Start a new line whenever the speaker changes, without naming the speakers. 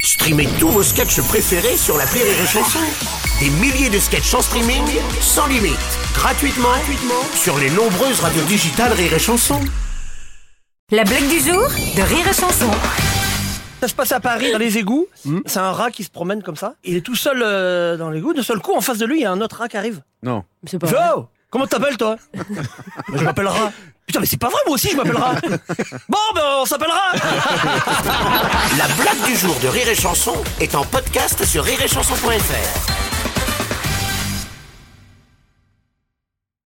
Streamez tous vos sketchs préférés sur la Rire et Chanson. Des milliers de sketchs en streaming, sans limite, gratuitement, gratuitement sur les nombreuses radios digitales Rire et Chanson.
La blague du jour de Rire et Chanson.
Ça se passe à Paris, dans les égouts. C'est un rat qui se promène comme ça. Il est tout seul euh, dans l'égout. De seul coup, en face de lui, il y a un autre rat qui arrive.
Non.
C'est
Il
pas
fait, Oh Comment t'appelles, toi Bah, Je m'appelle rat. Putain, mais c'est pas vrai, moi aussi, je m'appelle rat. Bon, ben, on s'appellera
La blague du jour de Rire et Chanson est en podcast sur rireetchanson.fr.